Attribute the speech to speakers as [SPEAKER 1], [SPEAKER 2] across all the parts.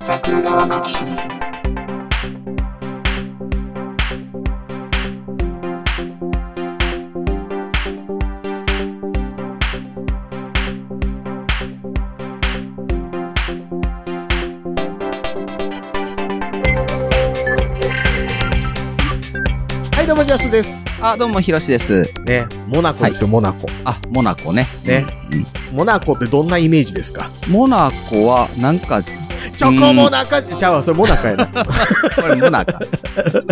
[SPEAKER 1] 桜川マキシム
[SPEAKER 2] はい、どうも、ジャスです。
[SPEAKER 1] あ、どうも、ひろしです。
[SPEAKER 2] ね、モナコですよ、モナコ。
[SPEAKER 1] あ、モナコね。
[SPEAKER 2] ね
[SPEAKER 1] うん。
[SPEAKER 2] モナコってどんなイメージですか
[SPEAKER 1] モナコは、なんか、こ
[SPEAKER 2] チョコモナカちゃうわ、それモナカや な。
[SPEAKER 1] れモナ カ。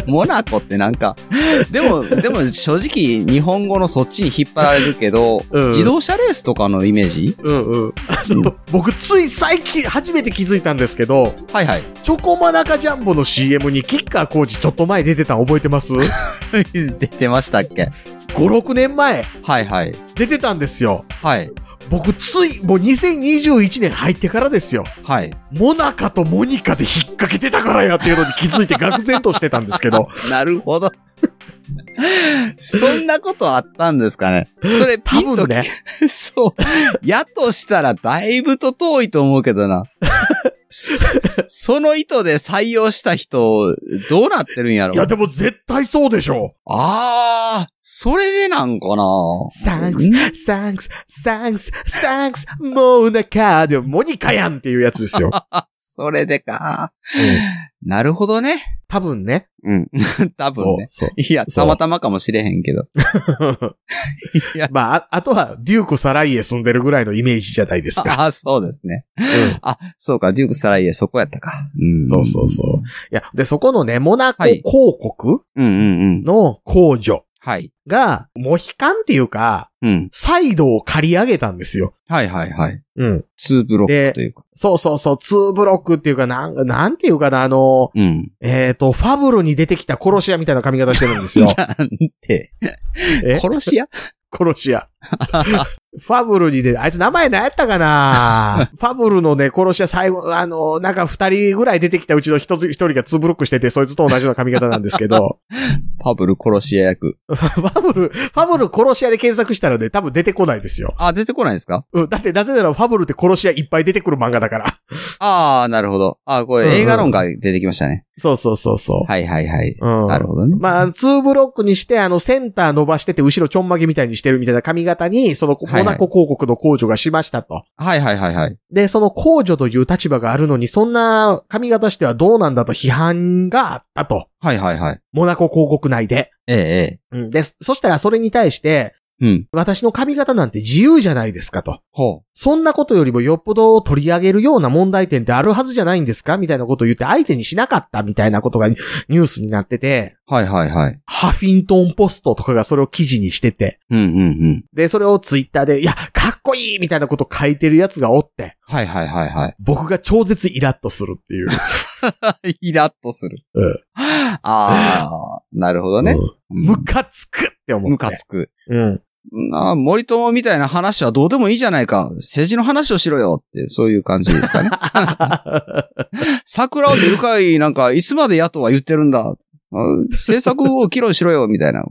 [SPEAKER 1] モナコってなんか、でも、でも正直、日本語のそっちに引っ張られるけど、
[SPEAKER 2] うん
[SPEAKER 1] 自動車レースとかのイメージ
[SPEAKER 2] うんうん。あ
[SPEAKER 1] う
[SPEAKER 2] の、僕、つい最近、初めて気づいたんですけど、
[SPEAKER 1] はいはい。
[SPEAKER 2] チョコモナカジャンボの CM にキッカー工事ちょっと前出てたの覚えてます ?5、
[SPEAKER 1] 出てましたっけ
[SPEAKER 2] 6年前、
[SPEAKER 1] はいはい。
[SPEAKER 2] 出てたんですよ。
[SPEAKER 1] はい。
[SPEAKER 2] 僕、つい、もう2021年入ってからですよ。
[SPEAKER 1] はい。
[SPEAKER 2] モナカとモニカで引っ掛けてたからやっていうのに気づいて愕然としてたんですけ ど。
[SPEAKER 1] なるほ ど。そんなことあったんですかねそれピ
[SPEAKER 2] 多
[SPEAKER 1] ンと
[SPEAKER 2] 分ね。
[SPEAKER 1] そう。やとしたらだいぶと遠いと思うけ どな。そその意図で採用した人、どうなってるんやろ
[SPEAKER 2] いや、でも絶対そうでしょう。
[SPEAKER 1] あー、それでなんかな
[SPEAKER 2] サンク
[SPEAKER 1] ん
[SPEAKER 2] ス、サンクス、サンクス、サンクス、もうなかで、モニカやんっていうや つですよ。
[SPEAKER 1] それでか。なるほどね。
[SPEAKER 2] 多分ね。
[SPEAKER 1] うん。多分ね。
[SPEAKER 2] そう。
[SPEAKER 1] いや、
[SPEAKER 2] そう
[SPEAKER 1] たまたまかもしれへんけど。いや、
[SPEAKER 2] まあ、ああとは、デューク・サライエ住んでるぐらいのイメージじゃないですか。
[SPEAKER 1] あー そうですね。
[SPEAKER 2] うん
[SPEAKER 1] あ、そうか、デューク・サライエ、そこやったか。うん。
[SPEAKER 2] そうそうそう。いや、で、そこのね、モナコ
[SPEAKER 1] はい
[SPEAKER 2] 広告
[SPEAKER 1] う。うんうんうん。
[SPEAKER 2] の工女
[SPEAKER 1] はい。
[SPEAKER 2] が、モヒカンっていうか、
[SPEAKER 1] うん。
[SPEAKER 2] サイドを借り上げたんですよ。
[SPEAKER 1] はいはいはい。
[SPEAKER 2] うん。
[SPEAKER 1] ツーブロックというか。
[SPEAKER 2] そうそうそう、2ブロックっていうか、なん、なんていうかな、あの、
[SPEAKER 1] うん。。
[SPEAKER 2] えっ、と、ファブルに出てきた殺し屋みたいな髪型してるんですよ
[SPEAKER 1] なんて。
[SPEAKER 2] え
[SPEAKER 1] 殺し屋
[SPEAKER 2] 殺し屋。ファブルにね、あいつ名前何やった かなファブルのね、殺し屋最後、あの、なんか二人ぐらい出てきたうちの一つ、一人がツーブロックしてて、そいつと同じような髪型なんです けど、
[SPEAKER 1] パブル殺し屋役。
[SPEAKER 2] ファブル、ファブル殺し屋で検索したらね、多分出てこないですよ。
[SPEAKER 1] あ、出てこないんですか
[SPEAKER 2] うん、だってなぜならファブルって殺し屋いっぱい出てくる漫画だから。
[SPEAKER 1] ああ、なるほど。あこ
[SPEAKER 2] うんうん
[SPEAKER 1] れ映画論が出てきましたね。
[SPEAKER 2] そうそうそうそう。
[SPEAKER 1] はいはいはい。
[SPEAKER 2] うん。
[SPEAKER 1] なるほどね。
[SPEAKER 2] まあ、ツーブロックにして、あの、センター伸ばしてて、後ろちょんまげみたいにしてるみたいな髪型に、その、モ
[SPEAKER 1] はいはい
[SPEAKER 2] ナコ広告の控除がしましたと。
[SPEAKER 1] はいはいはいはい。
[SPEAKER 2] で、その公女という立場があるのに、そんな髪型してはどうなんだと批判があったと。
[SPEAKER 1] はいはいはい。
[SPEAKER 2] モナコ広告内で。
[SPEAKER 1] ええ
[SPEAKER 2] うん、で、そしたらそれに対して、
[SPEAKER 1] ええ。うん。
[SPEAKER 2] 私の髪型なんて自由じゃないですかと。
[SPEAKER 1] ほ
[SPEAKER 2] そんなことよりもよっぽど取り上げるような問題点ってあるはずじゃないんですかみたいなことを言って相手にしなかったみたいなことがニュースになってて、
[SPEAKER 1] う。はいはいはい。
[SPEAKER 2] ハフィントンポストとかがそれを記事にしてて、
[SPEAKER 1] うんうんうん。
[SPEAKER 2] で、それをツイッターで、いや、かっこいいみたいなこと書いてるやつがおって、
[SPEAKER 1] はいはいはいは
[SPEAKER 2] 僕が超絶イラッとするっていう。
[SPEAKER 1] い。 イラッとする。
[SPEAKER 2] うん
[SPEAKER 1] ああ、なるほどね
[SPEAKER 2] う。ん
[SPEAKER 1] うん
[SPEAKER 2] ムカつくって思って。
[SPEAKER 1] ムカつく。
[SPEAKER 2] うん。
[SPEAKER 1] なあ、森友みたいな話はどうでもいいじゃないか。政治の話をしろよって、そういう感じです かね。桜を見る会なんか、いつまで野党は言ってるんだ。あ政策を議論しろよ、みたいな。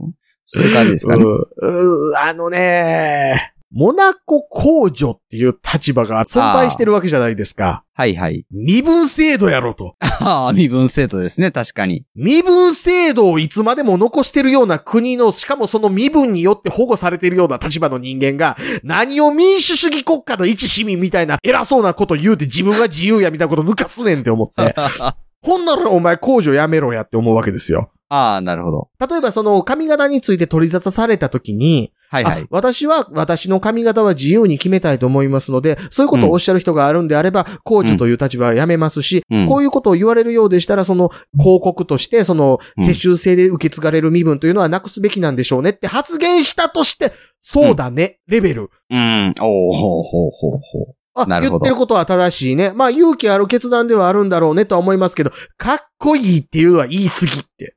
[SPEAKER 1] そういう感じですかね。
[SPEAKER 2] うんうんあのね、モナコ公女っていう立場が存在してるわけじゃないですか。
[SPEAKER 1] はいはい。
[SPEAKER 2] 身分制度やろと。
[SPEAKER 1] ああ、身分制度ですね、確かに。
[SPEAKER 2] 身分制度をいつまでも残してるような国の、しかもその身分によって保護されてるような立場の人間が、何を民主主義国家の一市民みたいな偉そうなこと言うて自分が自由やみたいなこと抜かすねんって思 って。
[SPEAKER 1] あ
[SPEAKER 2] ほんならお前公女やめろやって思うわけですよ。
[SPEAKER 1] あ、なるほど。
[SPEAKER 2] 例えばその髪型について取り沙汰された時に、
[SPEAKER 1] はいは
[SPEAKER 2] あ
[SPEAKER 1] い。
[SPEAKER 2] 私は私の髪型は自由に決めたいと思いますので、そういうことをおっしゃる人があるんであれば、公女という立場はやめますし、
[SPEAKER 1] うん
[SPEAKER 2] こういうことを言われるようでしたら、その広告として、その
[SPEAKER 1] うん
[SPEAKER 2] 世襲制で受け継がれる身分というのはなくすべきなんでしょうねって発言したとして、そうだね、レベル。
[SPEAKER 1] うん。おおほうほうほうほう。
[SPEAKER 2] あ、
[SPEAKER 1] なる
[SPEAKER 2] 言
[SPEAKER 1] ほど
[SPEAKER 2] ってることは正しいね。まあ勇気ある決断ではあるんだろうねとは思いますけど、かっこいいっていうのは言い過ぎって。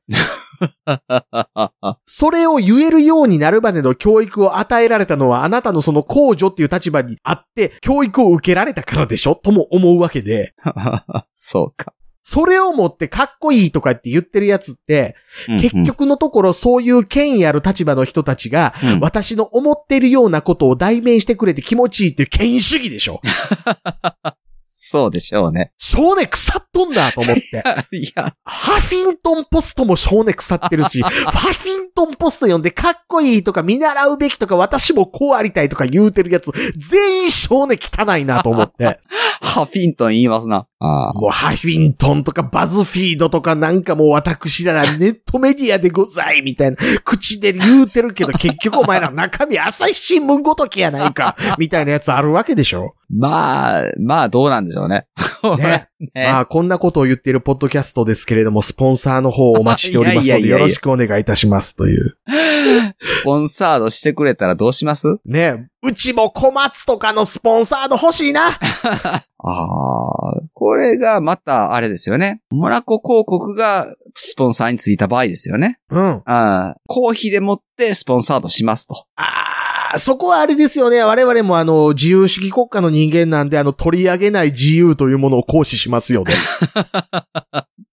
[SPEAKER 2] それを言えるようになるまでの教育を与えられたのは、あなたのその公女っていう立場にあって、教育を受けられたからでしょとも思うわけで、
[SPEAKER 1] そうか。
[SPEAKER 2] それをもってかっこいいとかって言ってるやつって、結
[SPEAKER 1] うんうん、
[SPEAKER 2] 局のところそういう権威ある立場の人たちが、
[SPEAKER 1] うん
[SPEAKER 2] 私の思ってるようなことを代弁してくれて気持ちいいっていう権威主義でしょ
[SPEAKER 1] そうでしょうね。
[SPEAKER 2] 少年腐っとんだと思って。
[SPEAKER 1] いや、
[SPEAKER 2] ハフィントンポストも少年腐ってる し、ハフィントンポスト読んでかっこいいとか見習うべきとか私もこうありたいとか言うてるやつ、全員少年汚いなと思って。
[SPEAKER 1] ハフィントン言いますな。ああ。
[SPEAKER 2] もうハフィントンとかバズフィードとかなんかもう私ならネットメディアでございみたいな口で言うてるけ ど結局お前ら中身朝日新聞ごときやないか、みたいなやつあるわけでしょ
[SPEAKER 1] まあ、まあ、どうなんでしょうね。
[SPEAKER 2] ね。まあ、こんなことを言っているポッドキャストですけれども、スポンサーの方をお待ちしておりま
[SPEAKER 1] い
[SPEAKER 2] す
[SPEAKER 1] や
[SPEAKER 2] の
[SPEAKER 1] いや
[SPEAKER 2] で、
[SPEAKER 1] いや
[SPEAKER 2] よ
[SPEAKER 1] いや
[SPEAKER 2] ろしくお願いいたしますという。
[SPEAKER 1] スポンサードしてくれたらどうします
[SPEAKER 2] ねうちも小松とかのスポンサーの欲しいな。
[SPEAKER 1] ああ、これがまた、あれですよね。モナコ広告がスポンサーについた場合ですよね。
[SPEAKER 2] うん。
[SPEAKER 1] ああ、公費でもってスポンサードしますと。
[SPEAKER 2] あーそこはあれですよね。我々もあの、自由主義国家の人間なんで、あの、取り上げない自由というものを行使しますよね。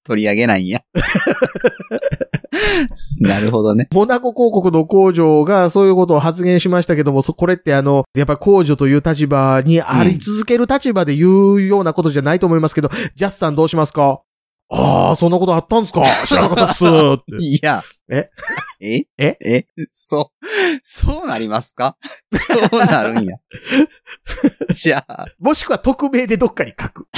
[SPEAKER 1] 取り上げないんや。 なるほどね。
[SPEAKER 2] モナコ広告の工場がそういうことを発言しましたけども、そ、これってあの、やっぱ工場という立場にあり続ける立場で言うようなことじゃないと思いますけど、ジャスさんどうしますかああ、そんなことあったんですか知らなかったっ す。って
[SPEAKER 1] いや。
[SPEAKER 2] え
[SPEAKER 1] え
[SPEAKER 2] え
[SPEAKER 1] えそう、そうなりますかそうなるん や。じゃあ、
[SPEAKER 2] もしくは匿名でどっかに書く。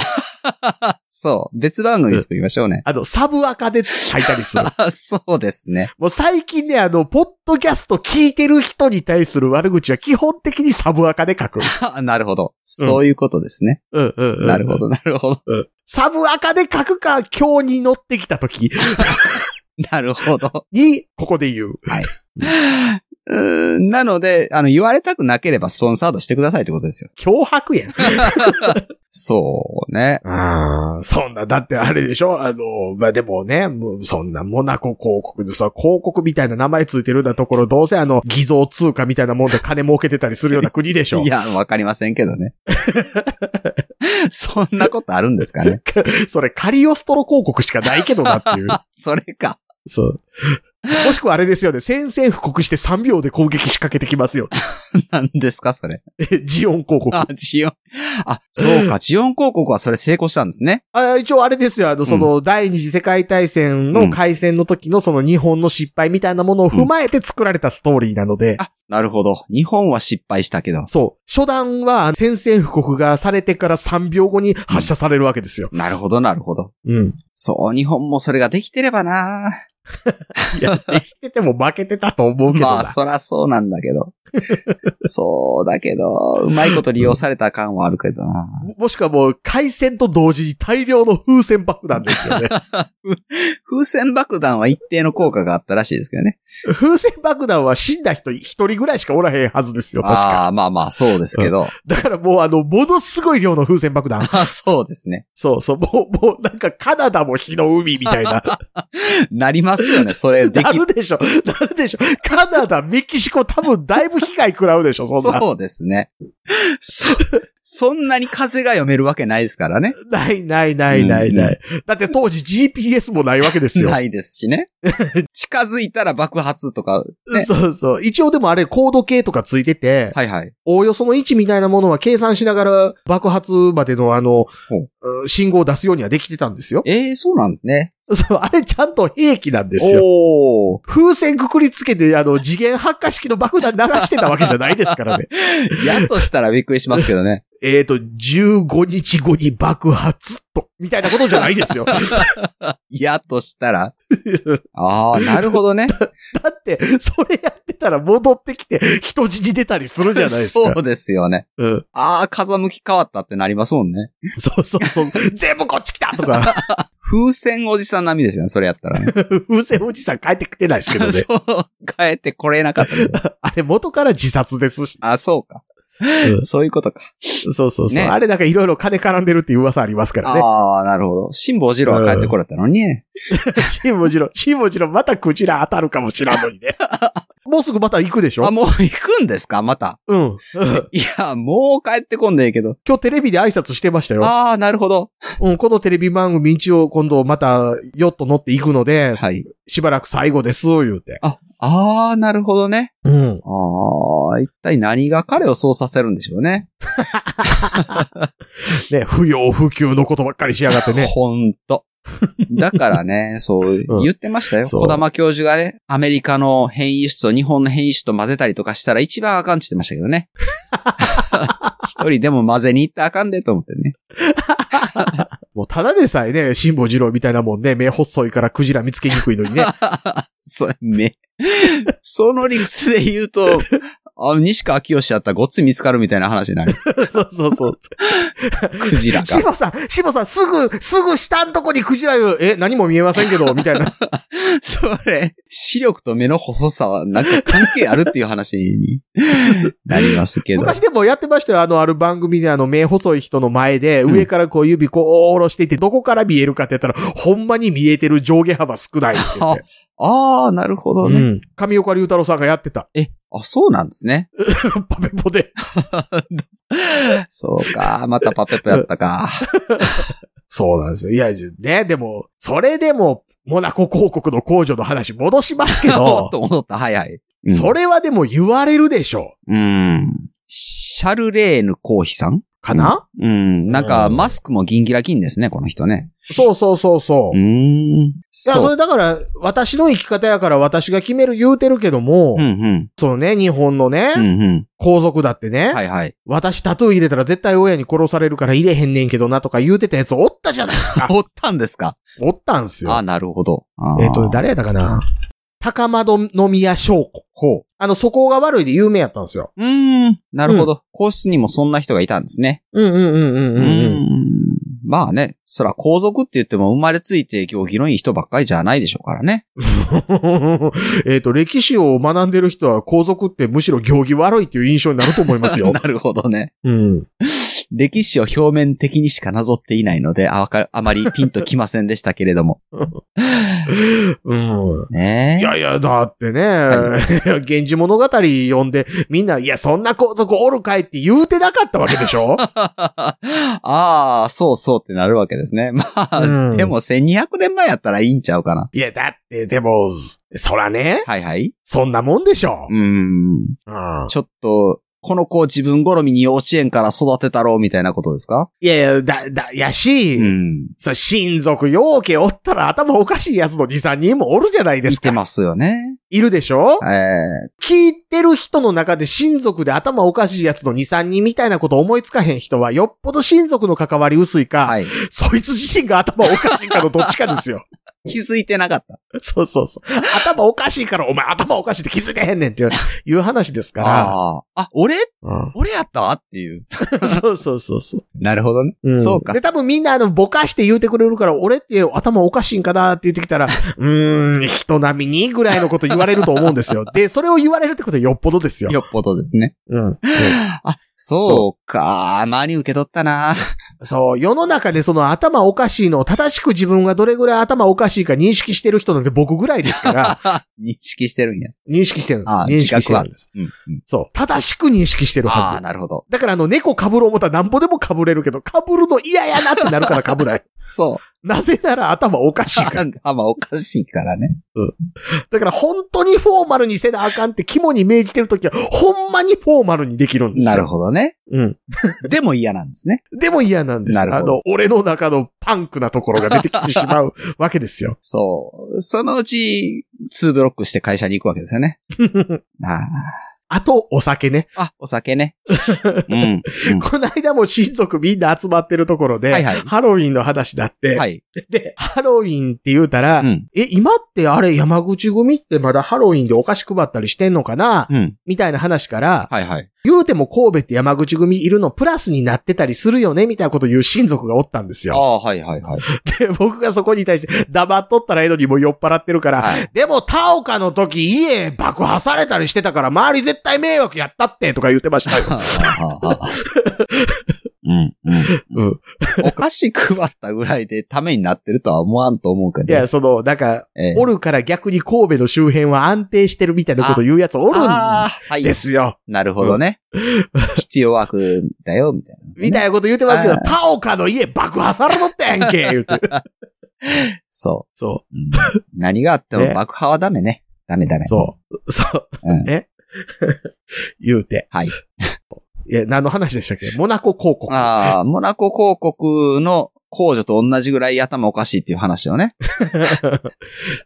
[SPEAKER 1] そう、別番組作りましょうね。
[SPEAKER 2] あの、サブアカで書いたりする。
[SPEAKER 1] あ そうですね。
[SPEAKER 2] もう最近ね、あの、ポッドキャスト聞いてる人に対する悪口は基本的にサブアカで書く。
[SPEAKER 1] あなるほど。そういうことですね。
[SPEAKER 2] うんうんうん
[SPEAKER 1] なるほ。ど、なるほど。
[SPEAKER 2] サブアカで書くか、今日に乗ってきた時
[SPEAKER 1] なるほど。
[SPEAKER 2] に、ここで言う。
[SPEAKER 1] うーんなので、あの、言われたくなければスポンサードしてくださいってことですよ。
[SPEAKER 2] 脅迫 やん。
[SPEAKER 1] そうね。
[SPEAKER 2] ああ、そんな、だってあれでしょあの、まあ、でもね、もうそんなモナコ広告でさ、広告みたいな名前ついてるようなところ、どうせあの、偽造通貨みたいなもんで金儲けてたりするような国でしょ
[SPEAKER 1] いや、わかりませんけど ね。そんなことあるんですか ね。
[SPEAKER 2] それカリオストロ広告しかないけどなっていう。
[SPEAKER 1] それか。
[SPEAKER 2] そう。 もしくはあれですよね、宣戦布告して3秒で攻撃仕掛けてきますよ。
[SPEAKER 1] 何ですか、それ。
[SPEAKER 2] ジオン広告。
[SPEAKER 1] あ、ジオン。あ、そうか、ジオン広告はそれ成功したんですね。
[SPEAKER 2] あ一応あれですよ、あの、その、第二次世界大戦の開戦の時のその日本の失敗みたいなものを踏まえて作られたストーリーなので、
[SPEAKER 1] あ、なるほど。日本は失敗したけど。
[SPEAKER 2] そう。初段は宣戦布告がされてから3秒後に発射されるわけですよ。
[SPEAKER 1] なるほど、なるほど。
[SPEAKER 2] うん。
[SPEAKER 1] そう、日本もそれができてれば ない
[SPEAKER 2] や、生きてても負けてたと思うけどな。
[SPEAKER 1] まあ、そらそうなんだけ ど。そうだけど、うまいこと利用された感はあるけどな。
[SPEAKER 2] もしくはもう、開戦と同時に大量の風船爆弾ですよ ね。
[SPEAKER 1] 風船爆弾は一定の効果があったらしいですけどね。
[SPEAKER 2] 風船爆弾は死んだ人一人ぐらいしかおらへんはずですよ、確か。
[SPEAKER 1] ああ、まあまあ、そうですけど。
[SPEAKER 2] だからもうあの、ものすごい量の風船爆弾。
[SPEAKER 1] あそうですね。
[SPEAKER 2] そうそう、もう、もうなんかカナダも火の海みたいな。
[SPEAKER 1] なりますよね、それでき
[SPEAKER 2] なる でしょ、なるでしょ。カナダ、メキシコ多分だいぶ被害食らうでしょ、そんな。
[SPEAKER 1] そうですね。そ、そんなに風が読めるわけないですからね。
[SPEAKER 2] ないないないないない。だって当時 GPS もないわけですよ。
[SPEAKER 1] ないですし ね。近づいたら爆発とか。ね
[SPEAKER 2] そうそう。一応でもあれコード系とかついてて、
[SPEAKER 1] はいはい。
[SPEAKER 2] おおよその位置みたいなものは計算しながら爆発までのあの
[SPEAKER 1] ほ、
[SPEAKER 2] うん信号を出すようにはできてたんですよ。
[SPEAKER 1] ええそうなんですね。
[SPEAKER 2] そう、あれちゃんと兵器なんですよ。
[SPEAKER 1] おお
[SPEAKER 2] 風船くくりつけて、あの、次元発火式の爆弾流してたわけじゃないですからね。
[SPEAKER 1] ー。やっとしたらびっくりしますけどね。
[SPEAKER 2] えっと、15日後に爆発っと、みたいなことじゃないですよ。 だ
[SPEAKER 1] やっとした ら。ああ、なるほどね。
[SPEAKER 2] って、それやってたら戻ってきて、人質に出たりするじゃない ですか。
[SPEAKER 1] そうですよね。
[SPEAKER 2] うん。
[SPEAKER 1] ああ、風向き変わったってなりますもんね。
[SPEAKER 2] そうそうそう。全部こっち来たとか、
[SPEAKER 1] 風船おじさん並みですよね、それやったらね。
[SPEAKER 2] 風船おじさん帰ってきてない ですけど ね。
[SPEAKER 1] そう、帰ってこれなかった けど。
[SPEAKER 2] あれ元から自殺ですし。
[SPEAKER 1] あ、そうか。
[SPEAKER 2] う
[SPEAKER 1] そういうことか。
[SPEAKER 2] そうそうそう。
[SPEAKER 1] ね
[SPEAKER 2] あれなんかいろいろ金絡んでるっていう噂ありますからね。
[SPEAKER 1] ああ、なるほど。辛坊二郎は帰ってこれたのに。
[SPEAKER 2] シンボジロ、シンボジロまたクジラ当たるかもしらんの にね。もうすぐまた行くでしょ
[SPEAKER 1] あ、もう行くんですかまた。
[SPEAKER 2] うん。うん
[SPEAKER 1] いや、もう帰ってこんでいいけど。
[SPEAKER 2] 今日テレビで挨拶してましたよ。
[SPEAKER 1] ああ、なるほど。
[SPEAKER 2] うん、このテレビ番組一応今度またヨット乗って行くので、
[SPEAKER 1] はい。
[SPEAKER 2] しばらく最後です、言うて。
[SPEAKER 1] あ、ああ、なるほどね。
[SPEAKER 2] うん。
[SPEAKER 1] ああ、一体何が彼をそうさせるんでしょうね。
[SPEAKER 2] ね、不要不急のことばっかりしやがってね。
[SPEAKER 1] ほんと。だから ね、そう、
[SPEAKER 2] うん
[SPEAKER 1] 言ってましたよ。
[SPEAKER 2] そう
[SPEAKER 1] 小玉教授がね、アメリカの変異種と日本の変異種と混ぜたりとかしたら一番あかんって言ってましたけど ね。一人でも混ぜに行ったらあかんでと思ってね。
[SPEAKER 2] もうただでさえね、辛抱二郎みたいなもんね、目細いからクジラ見つけにくいのにね。
[SPEAKER 1] そうね。その理屈で言うと、あ西川清だったらごっつ見つかるみたいな話になる。
[SPEAKER 2] そうそう そう。
[SPEAKER 1] クジラが。
[SPEAKER 2] しぼさん、しぼさん、すぐ、すぐ下んとこにクジラいる。え、何も見えませんけ ど、みたいな。
[SPEAKER 1] それ、視力と目の細さはなんか関係あるっていう話になりますけど。
[SPEAKER 2] 昔でもやってましたよ。あの、ある番組であの、目細い人の前で、
[SPEAKER 1] ん
[SPEAKER 2] 上からこう指こう下ろしていって、どこから見えるかってやったら、ほんまに見えてる上下幅少ないって言 って。
[SPEAKER 1] ああ、なるほど
[SPEAKER 2] う
[SPEAKER 1] ね。
[SPEAKER 2] ん。上岡龍太郎さんがやってた。
[SPEAKER 1] え、あ、そうなんですね。
[SPEAKER 2] パペポで。
[SPEAKER 1] そうか。またパペポやったか。
[SPEAKER 2] そうなんですよ。いや、じゃね、でも、それでも、モナコ広告の工場の話戻します け
[SPEAKER 1] おっ
[SPEAKER 2] ど、
[SPEAKER 1] と戻った。はいはい。うん
[SPEAKER 2] それはでも言われるでしょ
[SPEAKER 1] うん。シャルレーヌコーヒさん
[SPEAKER 2] う。かな、
[SPEAKER 1] うん。なんか、
[SPEAKER 2] うん
[SPEAKER 1] マスクもギンギラギンですね、この人ね。
[SPEAKER 2] そうそうそうそうう。い
[SPEAKER 1] ん。
[SPEAKER 2] や、そ
[SPEAKER 1] そう。
[SPEAKER 2] れだから、私の生き方やから私が決める言うてるけども、
[SPEAKER 1] うんうん。
[SPEAKER 2] そのね、日本のね、
[SPEAKER 1] うんう
[SPEAKER 2] 皇族だってね、
[SPEAKER 1] ん。はいはい。。
[SPEAKER 2] 私タトゥー入れたら絶対親に殺されるから入れへんねんけどなとか言うてたやつおったじゃないですか
[SPEAKER 1] おったんですか
[SPEAKER 2] おったんすよ
[SPEAKER 1] あ。なるほど。あー
[SPEAKER 2] えっ、と、誰やったかな高円宮将子。
[SPEAKER 1] ほう。
[SPEAKER 2] あの、素行が悪いで有名やったんですよ。
[SPEAKER 1] うーん。なるほど。皇室にもそんな人がいたんですね。
[SPEAKER 2] うんうんうんうん
[SPEAKER 1] う
[SPEAKER 2] うんうん。
[SPEAKER 1] んまあね、そら皇族って言っても生まれついて行儀のいい人ばっかりじゃないでしょうからね。
[SPEAKER 2] えっと、歴史を学んでる人は皇族ってむしろ行儀悪いっていう印 象になると思いますよ
[SPEAKER 1] な。るほどね。
[SPEAKER 2] うん。
[SPEAKER 1] 歴史を表面的にしかなぞっていないので、あわかあまりピンときませんでしたけれども。
[SPEAKER 2] うん。い
[SPEAKER 1] ねえ。
[SPEAKER 2] やいや、だってね、
[SPEAKER 1] は
[SPEAKER 2] 源氏物語読んで、みんな、いや、そんな皇族おるかいって言うてなかったわけでし ょ
[SPEAKER 1] ああ、そうそうってなるわけですね。まあ、
[SPEAKER 2] うん
[SPEAKER 1] でも1200年前やったらいいんちゃうかな。
[SPEAKER 2] いや、だって、でも、そらね、
[SPEAKER 1] はいはい。
[SPEAKER 2] そんなもんでしょ
[SPEAKER 1] う。ん。
[SPEAKER 2] うん
[SPEAKER 1] ちょっと、この子を自分好みに幼稚園から育てたろうみたいなことですか
[SPEAKER 2] いやいや、だ、だ、やし、
[SPEAKER 1] うん。
[SPEAKER 2] そ親族養家おったら頭おかしいやつの2、3人もおるじゃないで
[SPEAKER 1] い
[SPEAKER 2] すか。
[SPEAKER 1] てますよね。
[SPEAKER 2] いるでしょ
[SPEAKER 1] ええ
[SPEAKER 2] 聞いてる人の中で親族で頭おかしいやつの2、3人みたいなこと思いつかへん人は、よっぽど親族の関わり薄いか、
[SPEAKER 1] はい。
[SPEAKER 2] そいつ自身が頭おかしいかのどっちかで すよ。
[SPEAKER 1] 気づいてなかった。
[SPEAKER 2] そうそうそう。頭おかしいから、お前頭おかしいって気づいてへんねんっていういう話ですか
[SPEAKER 1] ああ。あ、俺
[SPEAKER 2] ら。
[SPEAKER 1] 俺やったっていう。
[SPEAKER 2] うん、 そうそうそうそう、
[SPEAKER 1] なるほどね。
[SPEAKER 2] ん
[SPEAKER 1] そうか
[SPEAKER 2] で、多分みんなあの、ぼかして言うてくれるから、俺って頭おかしいんかなって言ってきたら、 うーん、人並みにぐらいのこと言われると思うん ですよ。で、それを言われるってことはよっぽどですよ。
[SPEAKER 1] よっぽどですね。
[SPEAKER 2] うん。
[SPEAKER 1] あ、そうか。間に受け取ったな。
[SPEAKER 2] そう、世の中でその頭おかしいのを正しく自分がどれぐらい頭おかしいか認識してる人なんて僕ぐらいですから、
[SPEAKER 1] 認識してるんや。
[SPEAKER 2] 認識してるんです
[SPEAKER 1] あ。
[SPEAKER 2] 認識してるんです。
[SPEAKER 1] うん、うん。
[SPEAKER 2] そう。正しく認識してる
[SPEAKER 1] あ
[SPEAKER 2] は
[SPEAKER 1] あ、
[SPEAKER 2] ず。
[SPEAKER 1] なるほど。
[SPEAKER 2] だからあの猫被ろう思ったらなんぼでも被れるけど、被るの嫌やなってなるから被ら ない。
[SPEAKER 1] そう。
[SPEAKER 2] なぜなら頭おかしいから。
[SPEAKER 1] 頭おかしいからね。
[SPEAKER 2] だから本当にフォーマルにせなあかんって肝に銘じてるときは、ほんまにフォーマルにできるんですよ。
[SPEAKER 1] なるほどね。
[SPEAKER 2] ど。うん。
[SPEAKER 1] でも嫌なんですね。
[SPEAKER 2] でも嫌なんですよ
[SPEAKER 1] なるほど
[SPEAKER 2] あの、俺の中のパンクなところが出てきてしまうわけですよ。
[SPEAKER 1] そう。そのうち、2ブロックして会社に行くわけですよ ね。あ
[SPEAKER 2] あと、お酒ね。
[SPEAKER 1] あ。あ、お酒 ね。うん。
[SPEAKER 2] この間も親族みんな集まってるところで、
[SPEAKER 1] はいはい
[SPEAKER 2] ハロウィンの話だって、
[SPEAKER 1] はい。
[SPEAKER 2] で、ハロウィンって言うたら、
[SPEAKER 1] うん。
[SPEAKER 2] え、今ってあれ山口組ってまだハロウィンでお菓子配ったりしてんのかな、
[SPEAKER 1] うん。
[SPEAKER 2] みたいな話から、
[SPEAKER 1] はいはい。
[SPEAKER 2] 言うても神戸って山口組いるのプラスになってたりするよねみたいなこと言う親族がおったんです
[SPEAKER 1] あ
[SPEAKER 2] よ。
[SPEAKER 1] あ、はいはいはい。
[SPEAKER 2] で、僕がそこに対して黙っとったらえのにもう酔っ払ってるから、
[SPEAKER 1] はい
[SPEAKER 2] でも田岡の時家爆破されたりしてたから周り絶対迷惑やったってとか言ってましたよ。
[SPEAKER 1] うん、うん。
[SPEAKER 2] うん。
[SPEAKER 1] お菓子配ったぐらいでためになってるとは思わんと思うけ
[SPEAKER 2] い
[SPEAKER 1] ど。
[SPEAKER 2] や、その、なんか、
[SPEAKER 1] ええ
[SPEAKER 2] おるから逆に神戸の周辺は安定してるみたいなこと言うやつおるん
[SPEAKER 1] ああ、はい。
[SPEAKER 2] ですよ。
[SPEAKER 1] なるほどね。必要枠だよ、みたいな。
[SPEAKER 2] みたいなこと言ってますけど
[SPEAKER 1] あ、
[SPEAKER 2] 田岡の家爆破されと ったやんけ、言うて。
[SPEAKER 1] そ。
[SPEAKER 2] そう
[SPEAKER 1] うん何があっても
[SPEAKER 2] ね
[SPEAKER 1] 爆破はダメね。ダメダメ
[SPEAKER 2] う。。そう。そう
[SPEAKER 1] うん。
[SPEAKER 2] 言うて。
[SPEAKER 1] はい。
[SPEAKER 2] え、何の話でしたっけモナコ広告。
[SPEAKER 1] ああ、モナコ広告の控除と同じぐらい頭おかしいっていう話をね。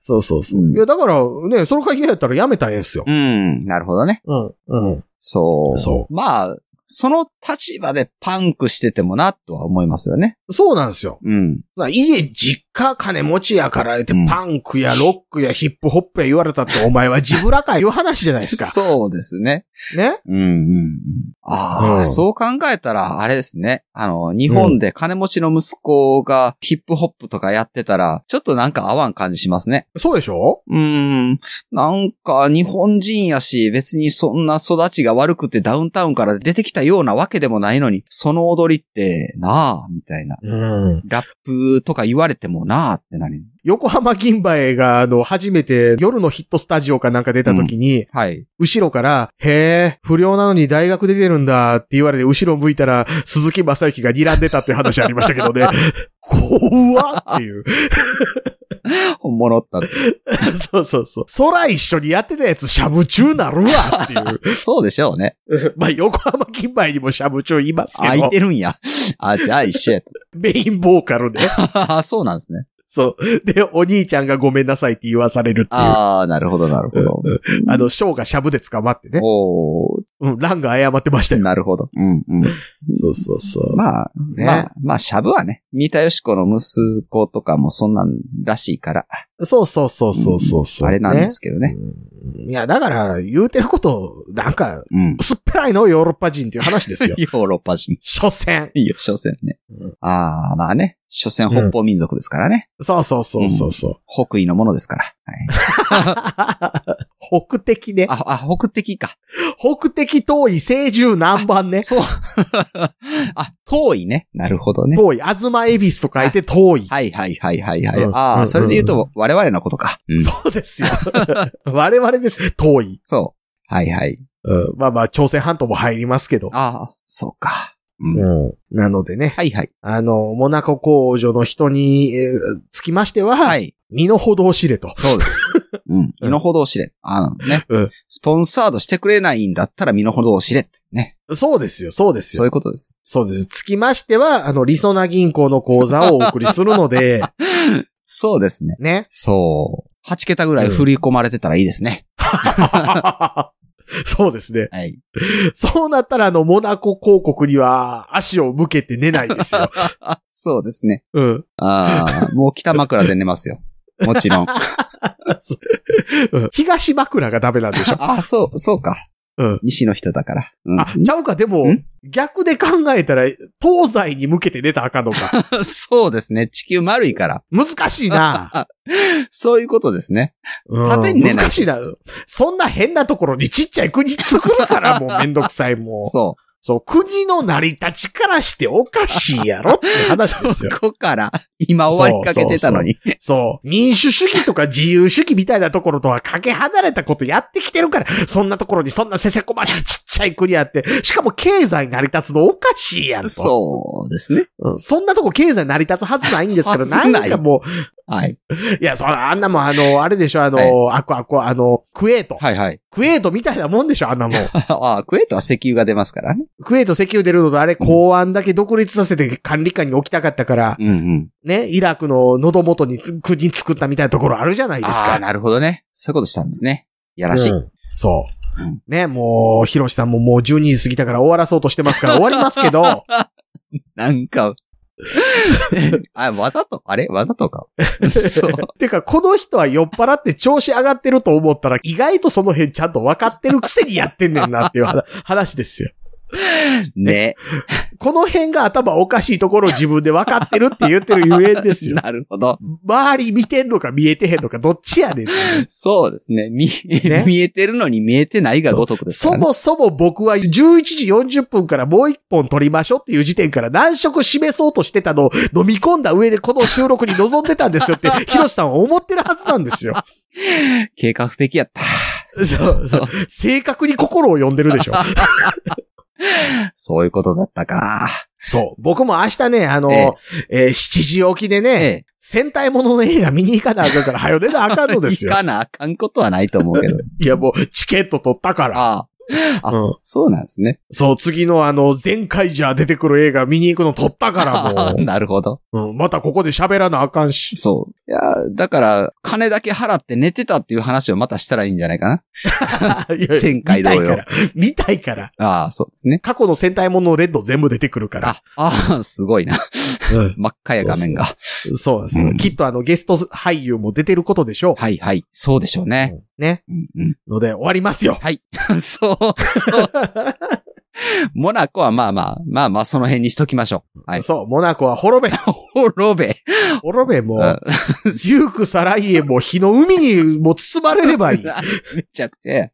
[SPEAKER 2] そうそうそうう。
[SPEAKER 1] ん
[SPEAKER 2] いや、だからね、その会議やったらやめたらええんすよ。
[SPEAKER 1] うん、なるほどね。
[SPEAKER 2] うん。うん。
[SPEAKER 1] そう。
[SPEAKER 2] そ
[SPEAKER 1] まあ、その立場でパンクしててもな、とは思いますよね。
[SPEAKER 2] う。そうなんですよ。
[SPEAKER 1] うん。
[SPEAKER 2] まあ家、実家金持ちやから言って、
[SPEAKER 1] うん
[SPEAKER 2] パンクやロックやヒップホップや言われたって、お前は自ブラかいう話じゃない ですか。
[SPEAKER 1] そうですね。
[SPEAKER 2] ね
[SPEAKER 1] うんうんうん。ああ、
[SPEAKER 2] うん
[SPEAKER 1] そう考えたら、あれですね。あの、日本で金持ちの息子がヒップホップとかやってたら、ちょっとなんか合わん感じしますね。
[SPEAKER 2] そうでしょ
[SPEAKER 1] うん。なんか、日本人やし、別にそんな育ちが悪くてダウンタウンから出てきたようなわけでもないのに、その踊りって、なあ、みたいな。
[SPEAKER 2] うん。
[SPEAKER 1] ラップとか言われてもなあってなり。
[SPEAKER 2] 横浜銀杯が、あの、初めて夜のヒットスタジオかなんか出た時に、
[SPEAKER 1] はい。
[SPEAKER 2] 後ろから、へえ、不良なのに大学出てるんだって言われて、後ろ向いたら、鈴木正幸が睨んでたって話ありましたけど ね。怖っっていう。
[SPEAKER 1] 本物だっ
[SPEAKER 2] そうそうそう。空一緒にやってたやつ、しゃぶ中なるわっていう。
[SPEAKER 1] た。そうでしょう ね。
[SPEAKER 2] まあ、横浜金杯にもシャブチョいますけ
[SPEAKER 1] 空い
[SPEAKER 2] ど、
[SPEAKER 1] てるんや。あ、じゃあ一緒やと。
[SPEAKER 2] メインボーカルで。
[SPEAKER 1] ああ、 そうなんですね。
[SPEAKER 2] そう。で、お兄ちゃんがごめんなさいって言わされるっていう。あ
[SPEAKER 1] ああ、なるほど、なるほど。
[SPEAKER 2] の、ショーがシャブで捕まってね。
[SPEAKER 1] おー
[SPEAKER 2] うん、ランが謝ってましたよ。
[SPEAKER 1] なるほど。うん、 うん。
[SPEAKER 2] そうそうそうまあ、
[SPEAKER 1] まあ、
[SPEAKER 2] ね
[SPEAKER 1] まあ、まあ、シャブはね、三田よし子の息子とかもそんなんらしいから、
[SPEAKER 2] そうそうそうそうそうそう、
[SPEAKER 1] あれなんですけどね。
[SPEAKER 2] うんいや、だから、言うてること、なんか、
[SPEAKER 1] うん。。
[SPEAKER 2] すっぺらいのヨーロッパ人っていう話ですよ
[SPEAKER 1] ヨーロッパ人。
[SPEAKER 2] 所詮。
[SPEAKER 1] いいよ、所詮ね
[SPEAKER 2] うん。
[SPEAKER 1] ああ、まあね。所詮北方民族ですからね。
[SPEAKER 2] そうそうそうそうそう。
[SPEAKER 1] 北緯のものですから。 はい。
[SPEAKER 2] 北的ね。
[SPEAKER 1] あ、あ、北的か。
[SPEAKER 2] 北的遠い清獣南蛮ね。
[SPEAKER 1] そう。 あ、遠いね。なるほどね。
[SPEAKER 2] 遠い。東恵比寿と書いて遠い。
[SPEAKER 1] はいはいはいはいはい。
[SPEAKER 2] うん
[SPEAKER 1] あ
[SPEAKER 2] う
[SPEAKER 1] あ、
[SPEAKER 2] ん
[SPEAKER 1] それで言う
[SPEAKER 2] うん
[SPEAKER 1] と我々のことか。うん
[SPEAKER 2] そうですよ。 我々です。遠い。
[SPEAKER 1] そう。はいはい。
[SPEAKER 2] うん、まあまあ、朝鮮半島も入りますけど。
[SPEAKER 1] ああ、そうか。うん
[SPEAKER 2] うんなのでね、
[SPEAKER 1] はいはい。
[SPEAKER 2] あの、モナコ工場の人に、えーつきましては、
[SPEAKER 1] はい。
[SPEAKER 2] 身の程を知れと。
[SPEAKER 1] そうです。 うん。身の程を知れ。あのね
[SPEAKER 2] うん。
[SPEAKER 1] スポンサードしてくれないんだったら身の程を知れってね。
[SPEAKER 2] そうですよ、そうです
[SPEAKER 1] そうい
[SPEAKER 2] よ。
[SPEAKER 1] うことです。
[SPEAKER 2] そうです。つきましては、あの、りそな銀行の口座をお送りするので、
[SPEAKER 1] そうですね。
[SPEAKER 2] ね。
[SPEAKER 1] そう。8桁ぐらい振り込まれてたらいいですね。
[SPEAKER 2] そうですね。
[SPEAKER 1] はい。
[SPEAKER 2] そうなったら、あの、モナコ広告には足を向けて寝ないで すよ。
[SPEAKER 1] あ、そうですね。
[SPEAKER 2] うん。
[SPEAKER 1] あ あ、もう北枕で寝ますよ。もちろん。
[SPEAKER 2] うん東枕がダメなんでしょ。
[SPEAKER 1] あ、そう、そうか。
[SPEAKER 2] うん
[SPEAKER 1] 西の人だから。うん
[SPEAKER 2] あ、ちゃうか、でも
[SPEAKER 1] ん、
[SPEAKER 2] 逆で考えたら、東西に向けて出たらあかんのか。
[SPEAKER 1] そうですね。地球丸いから。
[SPEAKER 2] 難しいな。
[SPEAKER 1] そういうことですね。
[SPEAKER 2] うん
[SPEAKER 1] 縦に出ない
[SPEAKER 2] 難しいな。そんな変なところにちっちゃい国作るから、もうめんどくさい、もう。
[SPEAKER 1] そ
[SPEAKER 2] そう、国の成り立ちからしておかしいやろって
[SPEAKER 1] う。
[SPEAKER 2] 話です
[SPEAKER 1] そ
[SPEAKER 2] よ。
[SPEAKER 1] こから、今終わりかけてたのに。
[SPEAKER 2] そう。民主主義とか自由主義みたいなところとはかけ離れたことやってきてるから、そんなところにそんなせせこましいちっちゃい国あって、しかも経済成り立つのおかしいやんと。
[SPEAKER 1] そうですね。
[SPEAKER 2] うんそんなとこ経済成り立つはずないんですけ
[SPEAKER 1] は
[SPEAKER 2] ど、
[SPEAKER 1] ずない
[SPEAKER 2] なんかも
[SPEAKER 1] はい。
[SPEAKER 2] う、いや、そらあんなもん、あの、あれでしょ、あの、あこあこ、あの、クエート。
[SPEAKER 1] はいはい。
[SPEAKER 2] クエートみたいなもんでしょ、あんなもん。
[SPEAKER 1] ああ、クエイトは石油が出ますからね。
[SPEAKER 2] クエート石油出るのとあれ、公安だけ独立させて管理下に置きたかったから、
[SPEAKER 1] うんうん。
[SPEAKER 2] ね、イラクの喉元につ国作ったみたいなところあるじゃないです
[SPEAKER 1] ああ、
[SPEAKER 2] か。
[SPEAKER 1] なるほどね。そういうことしたんですね。やらしい。
[SPEAKER 2] うんそう
[SPEAKER 1] うん。
[SPEAKER 2] ね、もう、ヒロシさんももう12時過ぎたから終わらそうとしてますから終わりますけど、
[SPEAKER 1] なん か、あ、わざと、あれわざと か。そう。
[SPEAKER 2] てか、この人は酔っ払って調子上がってると思ったら、意外とその辺ちゃんと分かってるくせにやってんねんなっていう 話話ですよ。
[SPEAKER 1] ね。
[SPEAKER 2] この辺が頭おかしいところを自分で分かってるって言ってるゆえんです よ。
[SPEAKER 1] なるほど。
[SPEAKER 2] 周り見てんのか見えてへんのかどっちやねんっていう。
[SPEAKER 1] そうですね。見、
[SPEAKER 2] ね
[SPEAKER 1] 見えてるのに見えてないがごとくですか
[SPEAKER 2] そ
[SPEAKER 1] らね。
[SPEAKER 2] もそも僕は11時40分からもう一本撮りましょうっていう時点から難色示そうとしてたのを 飲み込んだ上でこの収録に臨んでたんです よって、ヒロシさんは思ってるはずなんですよ。
[SPEAKER 1] 計画的やった。
[SPEAKER 2] そうそう 正確に心を読んでるでしょ。
[SPEAKER 1] そういうことだったか。
[SPEAKER 2] そう。僕も明日ね、あの、
[SPEAKER 1] え
[SPEAKER 2] えー7時起きでね、
[SPEAKER 1] え
[SPEAKER 2] 戦隊ものの映画見に行かなあかんから、早よ出なあかんのです
[SPEAKER 1] 行
[SPEAKER 2] よ。
[SPEAKER 1] かなあかんことはないと思うけど。
[SPEAKER 2] いや、もう、チケット取ったから。
[SPEAKER 1] ああ、あ
[SPEAKER 2] うん
[SPEAKER 1] そうなんですね。
[SPEAKER 2] そう、次のあの、前回じゃ出てくる映画見に行くの撮っ たからも
[SPEAKER 1] なるほど。
[SPEAKER 2] う、うん、またここで喋らなあか んし。
[SPEAKER 1] そう。いや、だから、金だけ払って寝てたっていう話をまたしたらいいんじゃないかな。前回同
[SPEAKER 2] 見たいか
[SPEAKER 1] 様
[SPEAKER 2] ら。。見たいから。
[SPEAKER 1] ああ、そうですね。
[SPEAKER 2] 過去の戦隊もののレッド全部出てくるから。
[SPEAKER 1] あ、ああ、すご いな。
[SPEAKER 2] うん
[SPEAKER 1] 真っ赤や画面が。
[SPEAKER 2] そうなんですよ
[SPEAKER 1] うん
[SPEAKER 2] きっとあの、ゲスト俳優も出てることでしょう。
[SPEAKER 1] はいはい。そうでしょうね。
[SPEAKER 2] うんね。
[SPEAKER 1] うんうん
[SPEAKER 2] ので、終わりますよ。
[SPEAKER 1] そう、そう。モナコはまあまあ、まあまあその辺にしときましょう。はい。
[SPEAKER 2] そう、モナコは 滅べ。
[SPEAKER 1] ほろべ。
[SPEAKER 2] 滅べも、
[SPEAKER 1] うん
[SPEAKER 2] デューク・サライエも火の海にも包まれればいい。
[SPEAKER 1] めちゃくちゃや。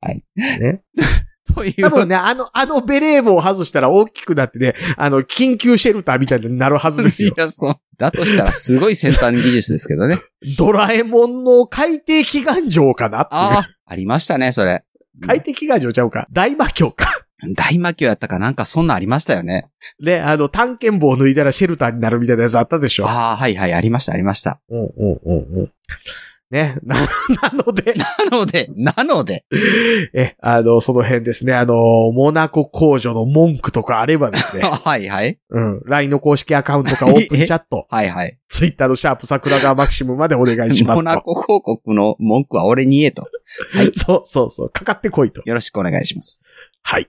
[SPEAKER 1] はい。
[SPEAKER 2] ね。
[SPEAKER 1] とい
[SPEAKER 2] 多
[SPEAKER 1] う。
[SPEAKER 2] 分ね、あの、あのベレー帽を外したら大きくなってね、あの、緊急シェルターみたいになるはずです
[SPEAKER 1] い
[SPEAKER 2] よ。
[SPEAKER 1] や、そう。だとしたらすごい先端技術ですけどね。
[SPEAKER 2] ドラえもんの海底祈願城かなっていう
[SPEAKER 1] ああ、ありましたね、それ。
[SPEAKER 2] 海底祈願城ちゃうか。大魔教か。
[SPEAKER 1] 大魔教やったかなんかそんなんありましたよね。
[SPEAKER 2] ね、あの、探検棒を脱いだらシェルターになるみたいなやつあったでしょ。
[SPEAKER 1] ああ、はいはい、ありました、ありました。
[SPEAKER 2] うんうんうんうん。ね、な、なの で、
[SPEAKER 1] なので、なので、
[SPEAKER 2] え、あの、その辺ですね、あの、モナコ工場の文句とかあればです ね、
[SPEAKER 1] はいはい、
[SPEAKER 2] うん、LINE の公式アカウントかオープンチャット、
[SPEAKER 1] はいはい。
[SPEAKER 2] Twitter のシャープ桜川マキシムまでお願 いしま
[SPEAKER 1] モ
[SPEAKER 2] す
[SPEAKER 1] ナ
[SPEAKER 2] と。
[SPEAKER 1] コ広告の文句は俺に言えと。
[SPEAKER 2] そうそうそう、かかってこいと。
[SPEAKER 1] よろしくお願いします。
[SPEAKER 2] はい。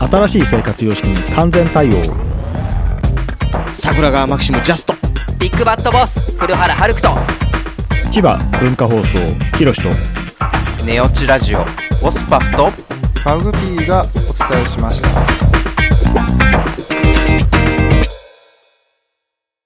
[SPEAKER 3] 新しい生活様式に完全対応
[SPEAKER 2] 桜川マキシムジャスト。
[SPEAKER 4] ビッグバットボス黒原遥人
[SPEAKER 3] 千葉文化放送ひろしと
[SPEAKER 5] ネオチラジオ。オスパフと
[SPEAKER 6] マグピーがお伝えしました